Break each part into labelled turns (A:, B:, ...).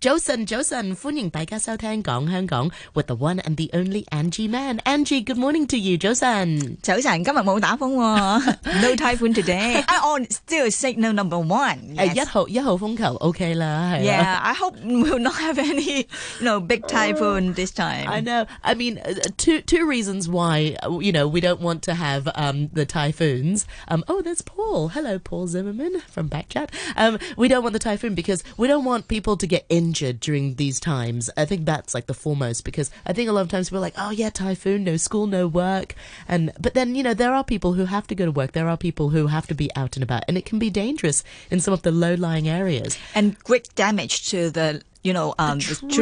A: 早晨，早晨，歡迎大家收聽《講香港》with the one and the only Angie Man。Angie，good morning to you，早晨。
B: 早晨，今日冇打風喎 ờ, ，no typhoon today. I Oh, on still signal number one.
A: 誒，一號一號風球 OK 啦，係啦。
B: Yeah, I hope we'll not have any, you know, big typhoon this
A: I
B: time.
A: know. I mean, uh, two two reasons why uh, you know we don't want to have um, the typhoons. Um, oh, there's Paul. Hello, Paul Zimmerman from Backchat. Um, we don't want the typhoon because we don't want people to get injured during these times. I think that's like the foremost because I think a lot of times people are like, oh yeah, typhoon, no school, no work, and but then you know there are people who have to go to work. There are people who have to be out and about, and it can be dangerous in some of the low lying areas.
B: And great damage to the, you know, um, the trees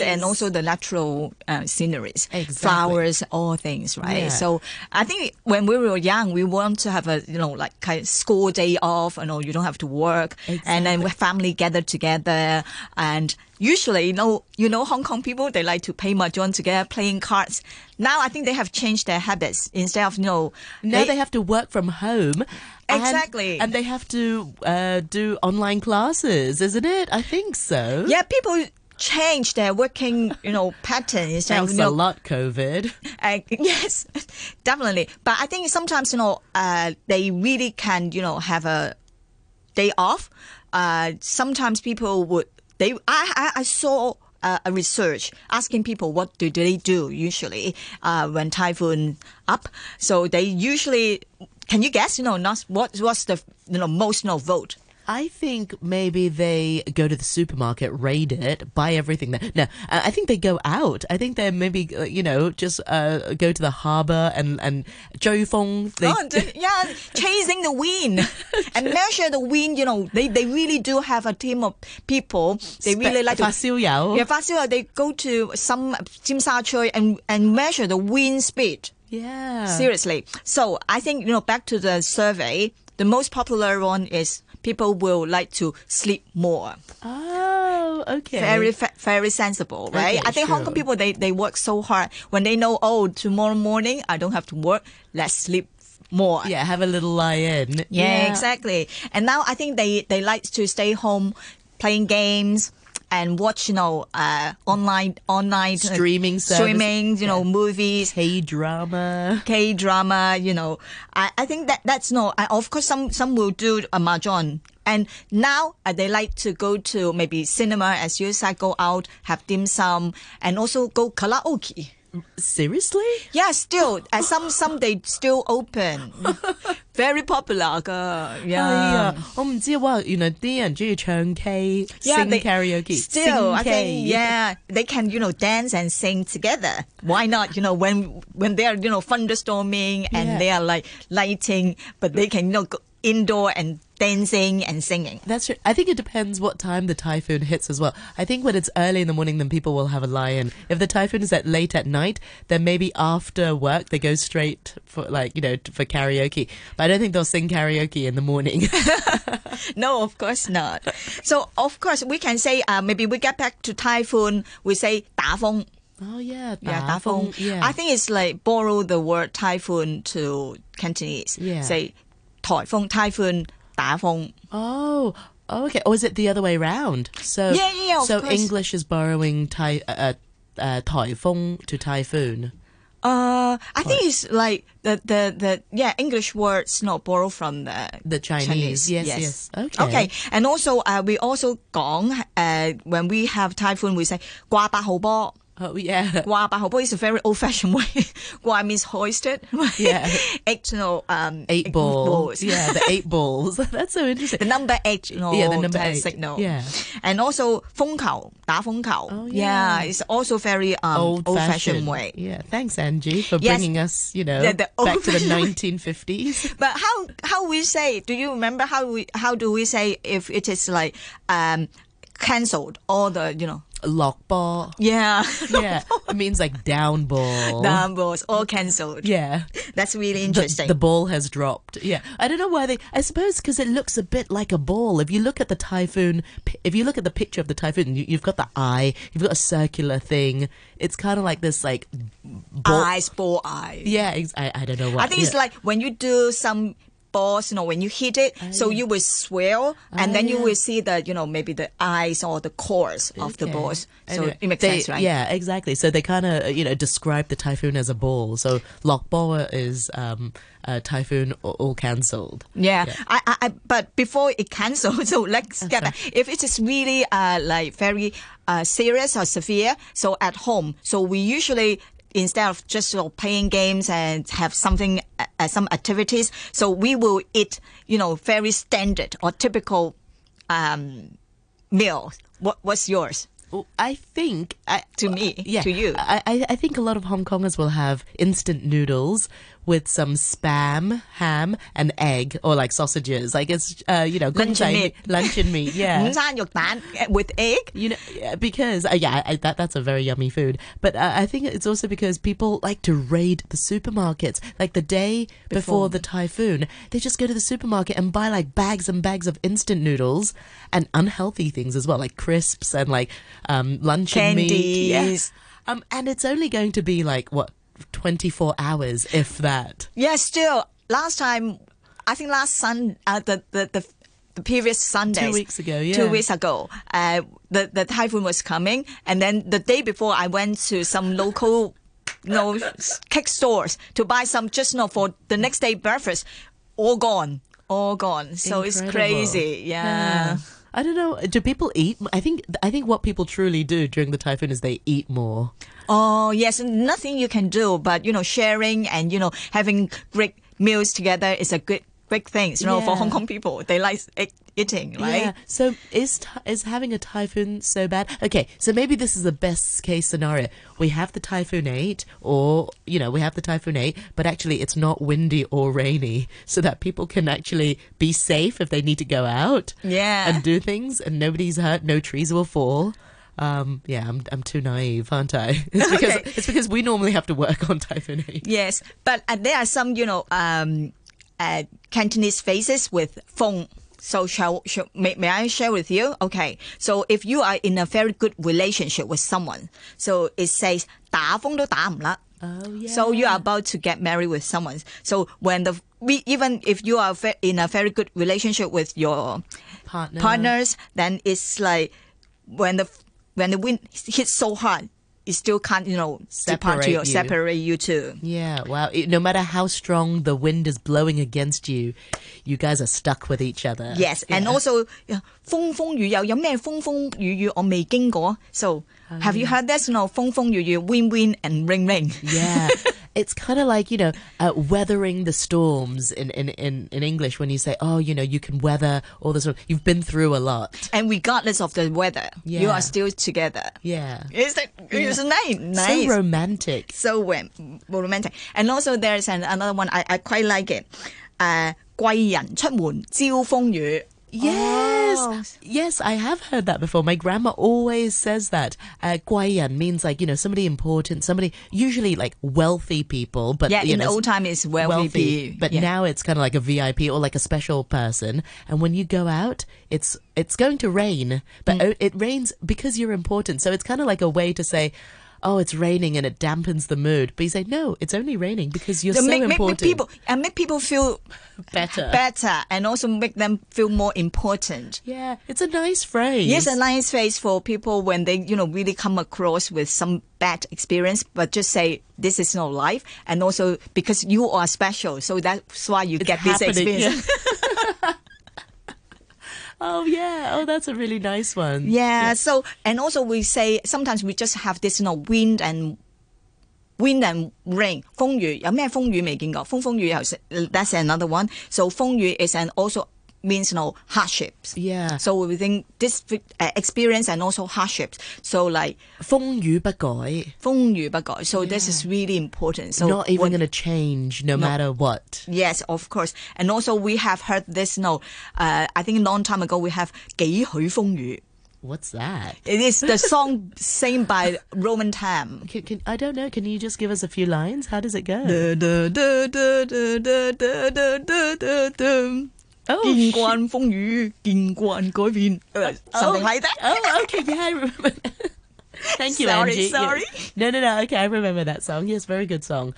A: trees.
B: and also the natural uh, sceneries,
A: Exactly.
B: flowers, all things, right?
A: Yeah.
B: So I think when we were young, we want to have a, you know, like kind of school day off, you know, you don't have to work, and then we family gather together, and usually, you know, you know, Hong Kong people they like to play mahjong together, playing cards. Now I think they have changed their habits instead of you know,
A: Now they, have to work from home. and-
B: Exactly.
A: And, they have to uh, do online classes, isn't it? I think so.
B: yeah, people change their working, you know, patterns instead of
A: Thanks
B: you
A: a
B: know,
A: lot, COVID.
B: Uh, yes, definitely. But I think sometimes you know uh, they really can you know have a day off. Uh, sometimes people would they I I, I saw. Uh, a research asking people what do they do usually uh, when typhoon up. So they usually can you guess? You know, not what what's the you know most you know vote.
A: I think maybe they go to the supermarket, raid it, buy everything there. No, uh, I think they go out. I think they maybe, uh, you know, just uh, go to the harbour and, and Joe Fong. They,
B: Oh, d- yeah, chasing the wind and measure the wind. You know, they, they really do have a team of people. They really like to.
A: Fasilio.
B: Yeah, fast food, they go to some Jim Sartre and and measure the wind speed.
A: Yeah.
B: Seriously, so I think you know back to the survey, the most popular one is people will like to sleep more.
A: Oh, okay.
B: Very fa- very sensible, right?
A: Okay,
B: I think Hong
A: sure.
B: Kong people they they work so hard when they know oh tomorrow morning I don't have to work, let's sleep more.
A: yeah, have a little lie in.
B: Yeah, exactly. And now I think they, they like to stay home playing games and watch, you know, uh, online online uh,
A: Streaming service.
B: streaming, you know, movies.
A: K drama.
B: K drama, you know, I, I think that that's no. I, of course, some some will do a mahjong, and now uh, they like to go to maybe cinema as you said, go out, have dim sum, and also go karaoke.
A: Seriously?
B: Yeah, still, uh, some some they still open, very popular 噶，yeah.
A: 哎呀，我唔知，哇，原來啲人鍾意唱K、
B: Yeah,
A: sing
B: they-
A: karaoke、
B: Still, I
A: sing K。
B: think yeah, they can you know dance and sing together. Why not? You know when when they are you know thunderstorming and
A: Yeah.
B: they are like lighting, but they can you know go indoor and dancing and singing.
A: That's true. I think it depends what time the typhoon hits as well. I think when it's early in the morning, then people will have a lie-in. If the typhoon is at late at night, then maybe after work they go straight for like you know t- for karaoke. But I don't think they'll sing karaoke in the morning.
B: No, of course not. So of course we can say uh, maybe we get back to typhoon. We say 打風.
A: oh yeah,
B: Yeah,
A: 打風,
B: Dafeng.
A: Yeah,
B: I think it's like borrow the word typhoon to Cantonese.
A: Yeah.
B: Say 颱風, typhoon, 打風.
A: Oh, oh, okay. Or is it the other way round? So
B: Yeah, yeah, yeah, of
A: So
B: course.
A: English is borrowing tai, uh, uh, uh, typhoon to typhoon.
B: Uh, I think it's like the, the, the yeah English words not borrow from the
A: The Chinese. Yes, yes. Okay.
B: okay. And also, uh, we also 講 uh, when we have typhoon, we say 掛八號波。
A: Oh yeah.
B: 掛八號波 is a very old-fashioned way. 掛 means hoisted.
A: Yeah.
B: eight, you know, um,
A: Eight balls.
B: balls.
A: yeah, the eight balls. That's so
B: The
A: interesting.
B: number eight, you know,
A: Yeah, the number
B: uh,
A: eight.
B: signal.
A: Yeah.
B: And also 風球，打風球。
A: Oh,
B: yeah.
A: yeah.
B: it's also very um,
A: Old fashioned
B: old-fashioned way.
A: Yeah, thanks, Angie, for
B: Yes.
A: bringing us, you know,
B: Yeah, the
A: back to the
B: old-fashioned way.
A: 1950s.
B: But how how we say? Do you remember how we how do we say if it is like um cancelled all the you know
A: Lock ball.
B: yeah
A: Yeah, it means like down ball.
B: the was all cancelled.
A: yeah.
B: That's really
A: the-
B: interesting.
A: The, ball has dropped. Yeah, I don't know why they. I suppose because it looks a bit like a ball. If you look at the typhoon, pi- if you look at the picture of the typhoon, you, you've got the eye. You've got a circular thing. It's kind of like this, like ball.
B: eyes, ball eyes.
A: Yeah, ex- I, I don't know why.
B: I think it's
A: yeah.
B: like when you do some balls, you know, when you hit it, so you will swell, and
A: Oh,
B: then you
A: yeah.
B: will see the, you know, maybe the eyes or the cores of the
A: Okay.
B: balls. So
A: Anyway,
B: it makes
A: they-
B: sense, right?
A: Yeah, exactly. So they kind of you know describe the typhoon as a ball. So Lokboa is um, a typhoon a- all cancelled.
B: Yeah, I, I, I, but before it cancelled, so let's get back. If it is really uh, like very uh, serious or severe, so at home, so we usually instead of just you know, playing games and have something, uh, uh, some activities, so we will eat, you know, very standard or typical um, meal. What, what's yours?
A: Well, I think I, uh,
B: To me,
A: yeah,
B: to you.
A: I, I I think a lot of Hong Kongers will have instant noodles with some spam, ham, and egg, or like sausages. Like it's uh, you know kung
B: Luncheon
A: chai
B: meat.
A: lunch and meat. Hmm? Yeah,
B: 午餐肉蛋 with egg.
A: You know, yeah, because uh, yeah, I, that that's a very yummy food. But uh, I think it's also because people like to raid the supermarkets. Like the day before,
B: Before.
A: the typhoon, they just go to the supermarket and buy like bags and bags of instant noodles and unhealthy things as well, like crisps and like um, luncheon meat.
B: Candies.
A: Yeah. Um, and it's only going to be like what twenty four hours, if that.
B: Yeah, still last time, I think last Sun, uh, the, the the the previous Sunday,
A: weeks ago, yeah.
B: two weeks ago, uh, the the typhoon was coming, and then the day before, I went to some local, you know, cake stores to buy some just you know for the next day breakfast. All gone, all gone. So it's
A: Incredible.
B: crazy. Yeah.
A: Uh, I don't know. Do people eat? I think I think what people truly do during the typhoon is they eat more.
B: Oh yes, nothing you can do, but you know, sharing and you know, having great meals together is a good. Great things, you know, for
A: Yeah.
B: Hong Kong people, they like e- eating, right?
A: Yeah. So is ty- is having a typhoon so bad? Okay. So maybe this is the best case scenario. We have the typhoon eight, or you know, we have the typhoon eight, but actually it's not windy or rainy, so that people can actually be safe if they need to go out.
B: Yeah.
A: And do things, and nobody's hurt. No trees will fall. Um, yeah, I'm I'm too naive, aren't I? It's because
B: Okay.
A: it's because we normally have to work on typhoon eight.
B: Yes, but uh, there are some, you know, um, uh, Cantonese faces with phone. So shall, shall may, may I share with you? Okay. So if you are in a very good relationship with someone, so it says 打風都打唔甩。
A: Oh yeah.
B: So you are about to get married with someone. So when the we, even if you are ve- in a very good relationship with your
A: partner.
B: partners, then it's like when the when the wind hits so hard, it still can't you know depart
A: Separate
B: to your
A: you.
B: separate you two.
A: Yeah, wow. It- No matter how strong the wind is blowing against you, you guys are stuck with each other.
B: Yes, and also uh, yeah, 風風雨有有咩風風雨雨我未經過，so have you heard this? No, 風風雨雨 win win and ring ring.
A: Yeah. It's kind of like, you know, uh, weathering the storms in, in, in, in English when you say, oh, you know, you can weather all the storms. You've been through a lot.
B: And regardless of the weather, you
A: Yeah.
B: are still together.
A: Yeah.
B: Is that is nice? Nice.
A: So romantic.
B: so rom- romantic. And also there's an, another one I, I quite like it. Uh, 貴人出門招風雨.
A: Yes.
B: Oh.
A: Yes, I have heard that before. My grandma always says that. Uh, guayan means like, you know, somebody important, somebody usually like wealthy people, but
B: Yeah,
A: you
B: in the
A: know,
B: old time it's wealthy, people.
A: but
B: yeah.
A: now it's kind of like a VIP or like a special person. And when you go out, it's it's going to rain,
B: Mm.
A: but o it rains because you're important. So it's kind of like a way to say. Oh, it's raining and it dampens the mood. But you say no, it's only raining because you're
B: So
A: so
B: make, make, make
A: important.
B: people and make people feel
A: better.
B: better and also make them feel more important.
A: yeah, it's a nice phrase.
B: Yes, a nice face for people when they, you know, really come across with some bad experience, but just say this is not life, and also because you are special, so that's why you get this
A: happening,
B: experience.
A: yeah. oh yeah. Oh, that's a really nice one.
B: Yeah, So and also we say sometimes we just have this you know wind and wind and rain 風雨有咩風雨未見過風風雨又是 that's another one so 風雨 is an also means you know hardships
A: Yeah.
B: so we think this uh, experience and also hardships so like
A: 风雨不改,
B: 風雨不改 so this is really important so
A: not even
B: when-
A: going to change no matter what.
B: Yes, of course. And also we have heard this no uh, I think a long time ago we have 幾許風雨
A: What's that?
B: It is the song sung by Roman Tam.
A: Can, can, I don't know. Can you just give us a few lines? How does it go?
B: Oh,
A: shit.
B: 見慣風雨，見慣改變，something like that.
A: Oh, okay. Yeah, I remember. that. Thank you,
B: Sorry,
A: Angie. Yeah.
B: sorry.
A: No, no, no. Okay, I remember that song. Yes, very good song.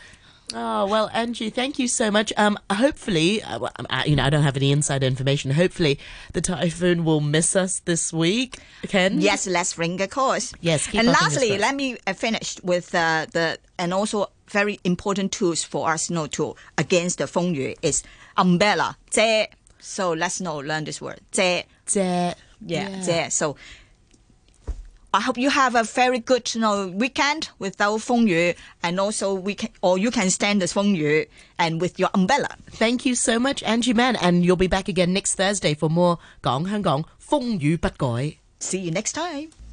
A: Oh well, Angie, thank you so much. Um, hopefully, uh, well, I- you know, I don't have any inside information. Hopefully, the typhoon will miss us this week. Ken,
B: Yes, let's ring a course.
A: Yes, keep
B: and
A: our fingers
B: lastly,
A: crossed.
B: let me uh, finish with uh, the and also very important tools for us know to against the 风雨 is umbrella 遮. So let's know learn this word 遮.
A: Dare.
B: Yeah, 遮. So I hope you have a very good you know, weekend without 风雨 and also we can or you can stand this 风雨 and with your umbrella.
A: Thank you so much, Angie Mann, and you'll be back again next Thursday for more Gong Hong Kong Fong Yu But Goi.
B: See you next time.